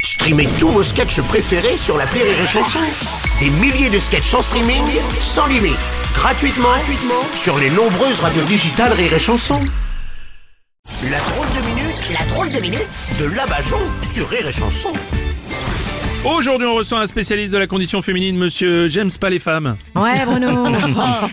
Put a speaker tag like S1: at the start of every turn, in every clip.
S1: Streamez tous vos sketchs préférés sur la Rire et Chanson. Des milliers de sketchs en streaming, sans limite, gratuitement, gratuitement sur les nombreuses radios digitales Rire et Chanson. La drôle de minute, la drôle de minute de Labajon sur Rire et Chanson.
S2: Aujourd'hui, on reçoit un spécialiste de la condition féminine, monsieur James Pas les femmes.
S3: Ouais, Bruno.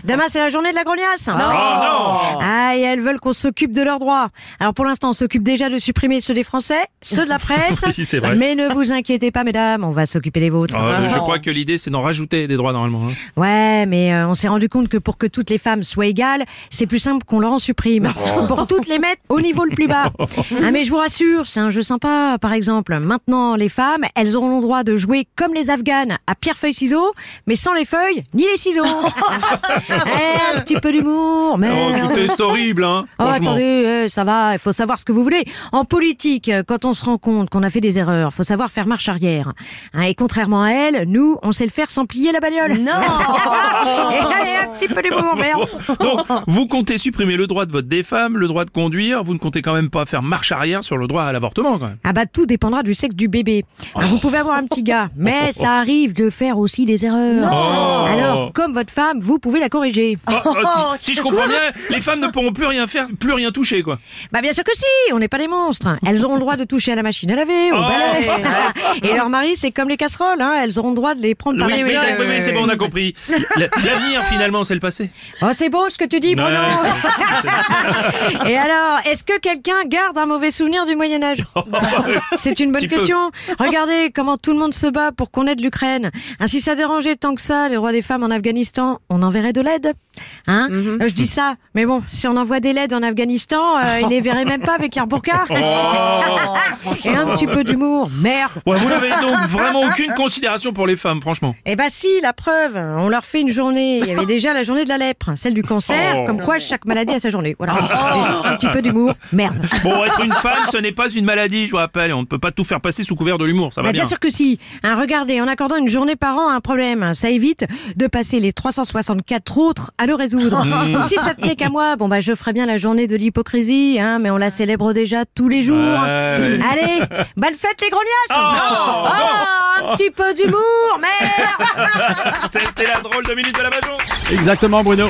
S3: Demain, c'est la journée de la grognasse. Ah, et elles veulent qu'on s'occupe de leurs droits. Alors, pour l'instant, on s'occupe déjà de supprimer ceux des Français, ceux de la presse.
S2: Oui, c'est vrai.
S3: Mais ne vous inquiétez pas, mesdames, on va s'occuper des vôtres.
S2: Ah, je crois que l'idée, c'est d'en rajouter des droits normalement. hein.
S3: Ouais, mais euh, on s'est rendu compte que pour que toutes les femmes soient égales, c'est plus simple qu'on leur en supprime. Pour toutes les mettre au niveau le plus bas. Ah, mais je vous rassure, c'est un jeu sympa, par exemple. Maintenant, les femmes, elles auront le droit de jouer comme les Afghanes à pierre-feuille-ciseaux, mais sans les feuilles ni les ciseaux. Eh, un petit peu d'humour, mais...
S2: Oh, écoutez, c'est horrible, hein.
S3: Oh,
S2: franchement.
S3: attendez, eh, ça va, il faut savoir ce que vous voulez. En politique, euh, quand on se rend compte qu'on a fait des erreurs, faut savoir faire marche arrière. Hein, et contrairement à elle, nous, on sait le faire sans plier la bagnole. Non Allez, un petit peu d'humour, merde
S2: Donc, vous comptez supprimer le droit de vote des femmes, le droit de conduire. Vous ne comptez quand même pas faire marche arrière sur le droit à l'avortement, quand même.
S3: Ah bah tout dépendra du sexe du bébé. Alors, Vous pouvez avoir un petit gars, mais ça arrive de faire aussi des erreurs.
S2: Oh.
S3: Alors, comme votre femme, vous pouvez la corriger.
S2: Ah, ah, si, si je comprends bien, les femmes ne pourront plus rien faire, plus rien toucher, quoi.
S3: Bah bien sûr que si, on n'est pas des monstres. Elles auront le droit de toucher à la machine à laver, au
S2: Oh.
S3: balai. Et leur mari, c'est comme les casseroles, hein, elles auront le droit de les prendre par
S2: Ah, oui,
S3: la
S2: oui,
S3: gueule.
S2: oui, oui, c'est bon, on a compris. L- L'avenir, finalement, c'est le passé.
S3: Oh, c'est beau ce que tu dis, Bruno.
S2: Ouais, c'est-
S3: Et alors, est-ce que quelqu'un garde un mauvais souvenir du Moyen Âge C'est une
S2: Oh,
S3: bonne
S2: Petit peu.
S3: question. Regardez comment tout le monde se bat pour qu'on aide l'Ukraine. Ainsi, ça dérangeait tant que ça les droits des femmes en Afghanistan. On enverrait de l'aide, hein Euh, Je dis ça, mais bon, si on envoie des laides en Afghanistan, euh, ils les verraient même pas avec leur burqa.
S2: Oh,
S3: Et un petit peu d'humour, merde.
S2: Ouais, vous n'avez donc vraiment aucune considération pour les femmes, franchement.
S3: Eh bah si, la preuve, on leur fait une journée. Il y avait déjà la journée de la lèpre, celle du cancer,
S2: Oh.
S3: comme quoi chaque maladie a sa journée. Voilà. Un petit peu d'humour, merde.
S2: Bon, être une femme, ce n'est pas une maladie, je vous rappelle. On ne peut pas tout faire passer sous couvert de l'humour, ça va
S3: Bah, bien.
S2: bien.
S3: sûr que si. Hein, regardez, en accordant une journée par an à un problème, hein, ça évite de passer les 364 autres à le résoudre.
S2: Hmm.
S3: Donc si ça tenait qu'à moi, bon bah je ferais bien la journée de l'hypocrisie, hein, mais on la célèbre déjà tous les jours.
S2: Ouais, ouais.
S3: Allez, balle fête les grognasses
S2: Oh,
S3: Oh, Un petit peu d'humour, merde
S2: C'était la drôle de minute de la Bajon.
S4: Exactement, Bruno.